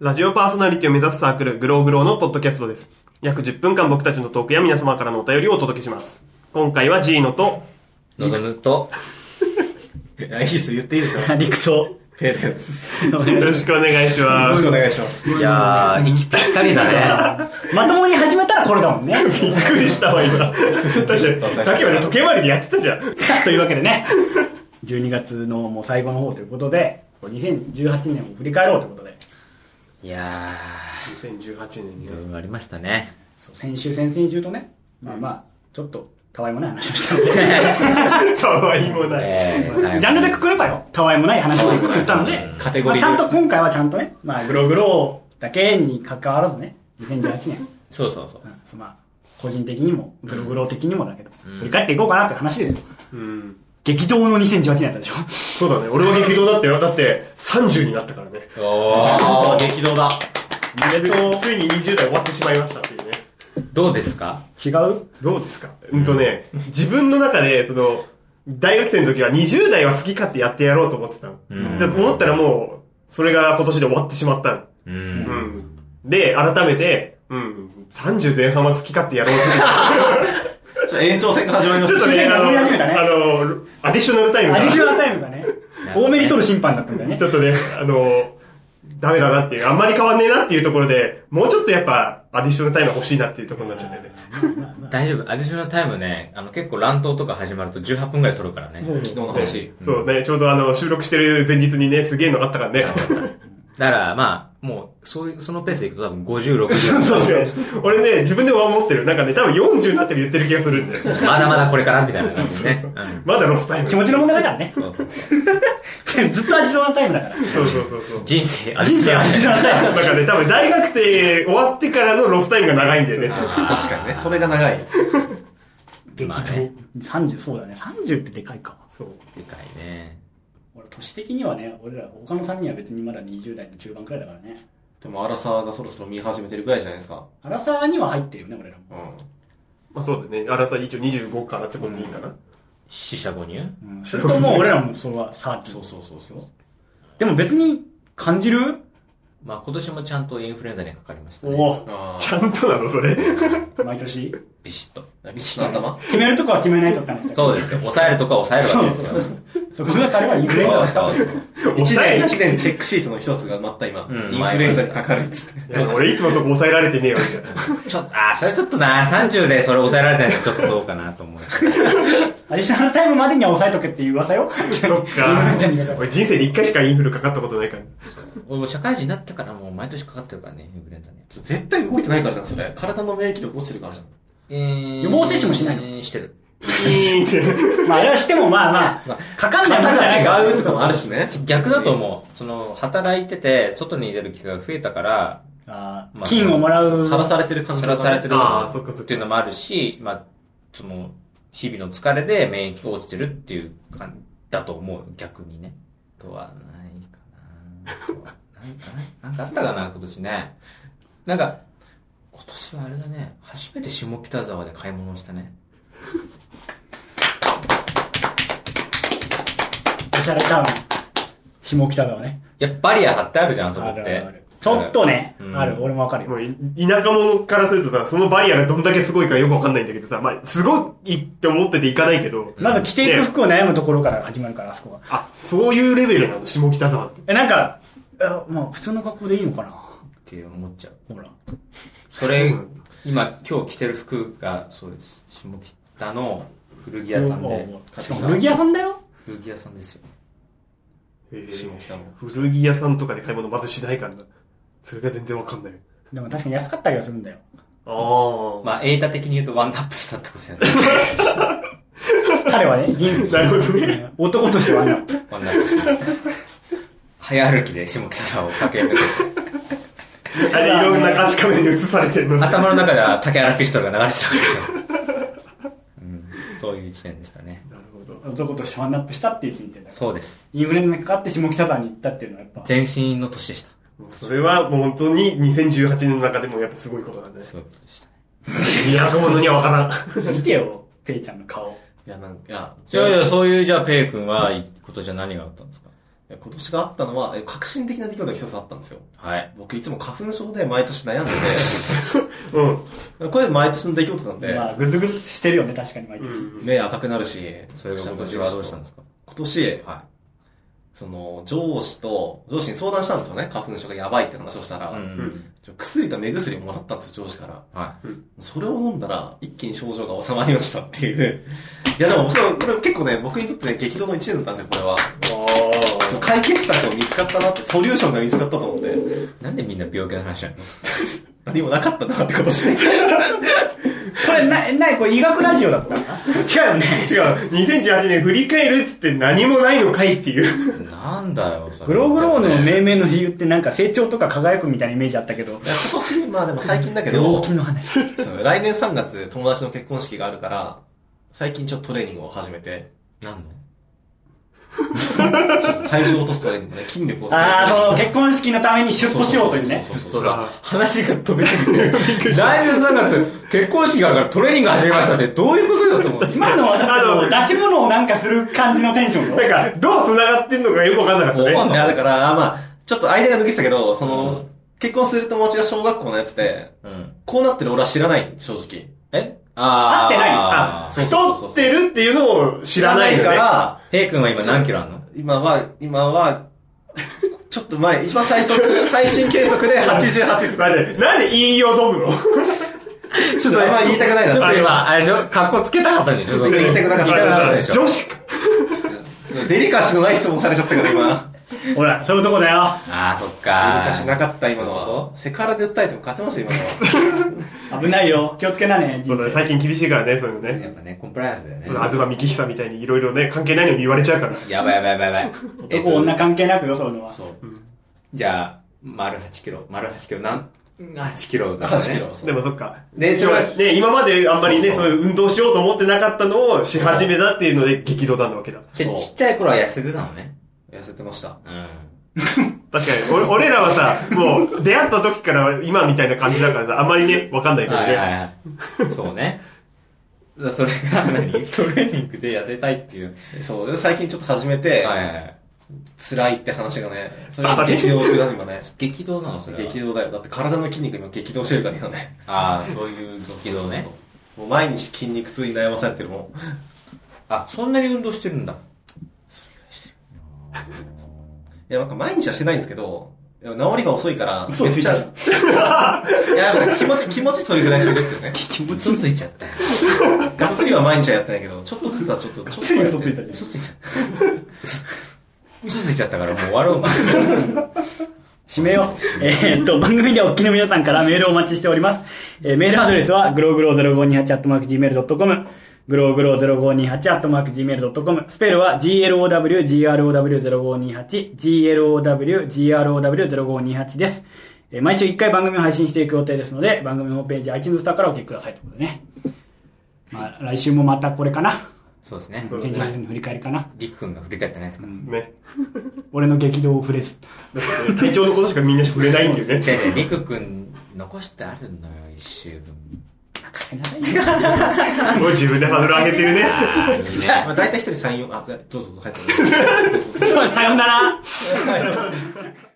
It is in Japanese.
ラジオパーソナリティを目指すサークル、グローグローのポッドキャストです。約10分間僕たちのトークや皆様からのお便りをお届けします。今回はジーノ と、のぞむと、いや、いいっすよ、言っていい ですよ。リクと、ペーレです。まよろしくお願いしよまろしすく。お願いします。いやー、息ぴったりだね。ともに始めたらこれだもんね。びっくりしたわ、今。確かに、さっきまで時計回りでやってたじゃん。 というわけでね、12月のもう最後の方ということで、これ2018年を振り返ろうということで、いや2018年ー、にい。ろいろありましたね。そう先週、先々週とね、まあまあ、ちょっと、たわいもない話をしたの で、かわいもない。えージャンルでくくればよ、たわいもない話をくくったので、 カテゴリーでまあちゃんと今回はちゃんとね、まあ、グログロだけに関わらずね、2018年、そうそうそうう。んそうまあ、個人的にも、グログロ的にもだけど、うん振り返っていこうかなという話ですよ。うん。激動の2018年だったでしょ。そうだね、俺は激動だったよ。だって、30になったからね。おああ、激動だ。ついに20代終わってしまいましたっていうね。ー、どうですか違うどうですかうんとね、自分の中で、その、大学生の時は20代は好き勝手やってやろうと思ってたの。うんで思ったらもう、それが今年で終わってしまったの。う。うんん。で、改めて、うん、30前半は好き勝手やろうって。ちょっと延長戦が始まりまちょっしとね、 あの、やり始めたねあの、アディショナルタイム アがディショナルタイムがね、多めに取る審判だったんだよねち。ょっとね、あの、ダメだなっていう、あんまり変わんねえなっていうところで、もうちょっとやっぱ、アディショナルタイムが欲しいなっていうところになっちゃってね。大丈夫。アディショナルタイムね、あの、結構乱闘とか始まると18分くらい取るからね。そう昨日の話。そうね、ちょうどあの、収録してる前日にね、すげえのがあったからね。だから、まあ、もう、そういう、そのペースでいくと多分56 そうそう俺ね、自分でも思ってる。なんかね、多分40になってる言ってる気がするんだよ。まだまだこれから、みたいな感じね。うんまだロスタイム。気持ちの問題だからね。 そうそうそうずっとアディショナルタイムだから。そうそうそうそう。人生、人生アディショナルタイム。だからね、多分大学生終わってからのロスタイムが長いんだよね。あー確かにね、それが長い。激まあね動。30、そうだね。30ってでかいか。そう。でかいね。俺、年的にはね、俺ら、他の3人は別にまだ20代の中盤くらいだからね。でも、アラサーがそろそろ見始めてるぐらいじゃないですか。アラサーには入ってるよね、俺らも。うん。まあそうだね。あらさ、一応25からってことでいいかな。死者購入うんそれともう俺らもそれは30。そうそうそうそう。でも別に感じるまあ、今年もちゃんとインフルエンザにかかりましたね。おお、あちゃんとなの、それ。毎年。ビシッと。あ、ビシッと頭決めるとこは決めないとかね。そうですよ。抑えるとか抑えるそわうけでそうすそよ。う。そこが彼はインフルエンザだった。そうそう一抑え年、一年チェックシートの一つがまた今、うんインフルエンザにかかるっつっいて。や俺いつもそこ抑えられてねえよ、みたいな。そう ちょっと、あー、それちょっとな、30でそれ抑えられてないのちょっとどうかなと 思う。アディショナルタイムまでには抑えとけっていう 噂よ。そっか。俺人生で一回しかインフルかかったことないから。俺も社会人になってからもう毎年かかってるからね、インフルエンザね。ちょ絶対動いてないからじゃん、それ。体の免疫力落ちてるからじゃん。えー予防接種もしないのえーしてる。いいって。まあ、あれはしてもまあまあ、かかんないもんじゃないから型が違うとかもあるしね。逆だと思う。その、働いてて、外に出る機会が増えたから、あーまあ金をもらう。さらされてる感さじらされてるあーそっかそっかっていうのもあるし、まあ、その、日々の疲れで免疫が落ちてるっていう感じだと思う、逆にね。とはないかな。なんかね、なんかあったかな、今年ね。なんか、今年はあれだね、初めて下北沢で買い物をしたね。おしゃれタウン。下北沢ね。いや、バリア張ってあるじゃん、あそこあっるて。あるある。ちょっとねう、んある。俺もわかるもよ。うい田舎者からするとさ、そのバリアがどんだけすごいかよくわかんないんだけどさ、まあ、すごいって思ってていかないけど、まず着ていく服を悩むところから始まるから、あそこは。あ、そういうレベルなの、下北沢って。え、なんか、あまあ、普通の格好でいいのかなって思っちゃう。ほら。それ、今、今日着てる服が、そうです。下北の古着屋さんで。しかも古着屋さんだよ。古着屋さんですよ。下北の古着屋さんとかで買い物まずしないからな。それが全然わかんない。でも確かに安かったりはするんだよ。ああ。 まあ、エータ的に言うとワンタップしたってことだよ ね。彼はね、人生 なるほどね。男としてはね、ワンタップした。早歩きで下北沢を駆け抜けて。あれ、いろんな監視カメラに映されてるの。頭の中では竹原ピストルが流れてたわけですよ。うん、そういう一年でしたね。なるほど。男としてワンナップしたっていう人生だから。そうです。インフルエンザにかかって下北沢に行ったっていうのはやっぱ。全身の年でした。もうそれはもう本当に2018年の中でもやっぱすごいことなんだね。そういうことでしたね。都者にはわからん。見てよ、ペイちゃんの顔。いや、なんか、いや、いやいや、そういう、じゃあ、ペイ君は、今年は何があったんですかや今年があったのは、え革新的な出来事が一つあったんですよ。はい。僕いつも花粉症で毎年悩んでうん。て、 これ毎年の出来事なんで、まあ、ぐずぐずしてるよね、確かに毎う年。ん。目赤くなるし、それが今年はどうしたんですか今年、はその、上司と、上司に相談したんですよね。花粉症がやばいって話をしたら、い。うん。ちょ薬と目薬をもらったんですよ、上司から。はそれを飲んだら、一気に症状が収まりましたっていう。いや、でも、それこれ結構ね、僕にとってね、激動の一年だったんですよ、これは。お解決策が見つかったなって、ソリューションが見つかったと思って、い。なんでみんな病気の話なの何もなかったなってことしない。これ、な、なに、これ医学ラジオだったのか違うよね。違う。2018年振り返るっつって何もないのかいっていう。なんだよ、それグローグローの命名の理由ってなんか成長とか輝くみたいなイメージあったけど、今年、まあでも最近だけ病ど、気の話。その来年3月友達の結婚式があるから、最近ちょっとトレーニングを始めて、なんのちょっと体重を落とすトレーニングね、筋力をつけるああ、トレーニングその結婚式のためにシュッとしようというね。そうそうそそうそううだ、話が飛びす ぎて。来年3月、結婚式があるからトレーニング始めましたって、どういうことだと思う今のはだってもう出し物をなんかする感じのテンションよ。なんか、どう繋がってんのかよくわかんなかったね。わかんいや、だから、まあ、ちょっと間が抜けてたけど、その、結婚する友達が小学校のやつで、うん。こうなってる俺は知らない、正直。えあー。合ってないああ、そうそう太ってるっていうのを知らないよね。か。ら、ヘイ君は今何キロあんの今は、今は、ちょっと前、一番最速、最新計測で88です。待って、なんで言いようどぶのちょっと今言いたくないなちょっと今、あれでしょ格好つけたかったんでしょちょっと言いたくなかった言いたくなかったでしょ女子か。デリカシーのない質問されちゃったから、今。ほら、そういうとこだよ。あー、そっデリかカシーなかった、今のそういうこは。セクハラで訴えても勝てますよ、今のは。危ないよ。気をつけなね、そ人うだね、生。最近厳しいからね、そういうのやっね。ぱね、コンプライアンスだよねそ。のアドバミキヒサみたいにいろいろね、関係ないのに言われちゃうから。やばいやばいやばいやばい。男、女関係なくよ、そういうのは。そう。じゃあ、丸8キロ。丸8キロ、なん、8キ ロだね。 8キロ。そうでもそっか。でちょね、今まであんまりね、そうそうそういう運動しようと思ってなかったのをし始めたっていうので激怒だなわけだ。でそうちっちゃい頃は痩せてたのね。痩せてました。うん。確かに、 俺俺らはさ、もう出会った時から今みたいな感じだからさ、あんまりね、わかんないけどはいはね。いはい。そうね。だからそれが何トレーニングで痩せたいっていう。そう。で、最近ちょっと始めて、はいはいはい。辛いって話がね、それが激動中だね、今 ね。激動なのそれは。激動だよ。だって体の筋肉今激動してるから今ね。ああ、そういう激動ね。もう毎日筋肉痛に悩まされてるもん。あ、そんなに運動してるんだ。いや、なんか毎日はしてないんですけど、いや治りが遅いから、嘘ついたじゃんいや、でもね気持ち、気持ちそれぐらいしてるって いうね。気持ち嘘ついちゃった よ。がっつりは毎日はやってないけど、ちょっとずつはちょっと、ちょっつといにはや嘘っつているたじ嘘ついちゃった。嘘ついちゃったからもう終わろうま。締めよう。えーっと、番組ではお聞きの皆さんからメールをお待ちしております。えーメールアドレスは、グログロ0528 Gmail.com、グログロ0528 Gmail.com、スペルは glowgrow0528、glowgrow0528 です。えー毎週1回番組を配信していく予定ですので、番組ホームページ、iTunes スターからお聞きくださいということでね。まあ、来週もまたこれかな。そうですね。 2020年の振り返りかな。りくくんが振り返ってないですから。ね。俺の激動を触れず。 だってね体調のことしかみんな触れないんだ よね。違う違う、りくくん残してあるのよ、一週分。任せなさいよすごい自分でハードル上げてる ね。ああ、いいね。まあ、大体一人3、4、あ、どうぞどうぞ、はいどうぞ。 そうさようなら。はい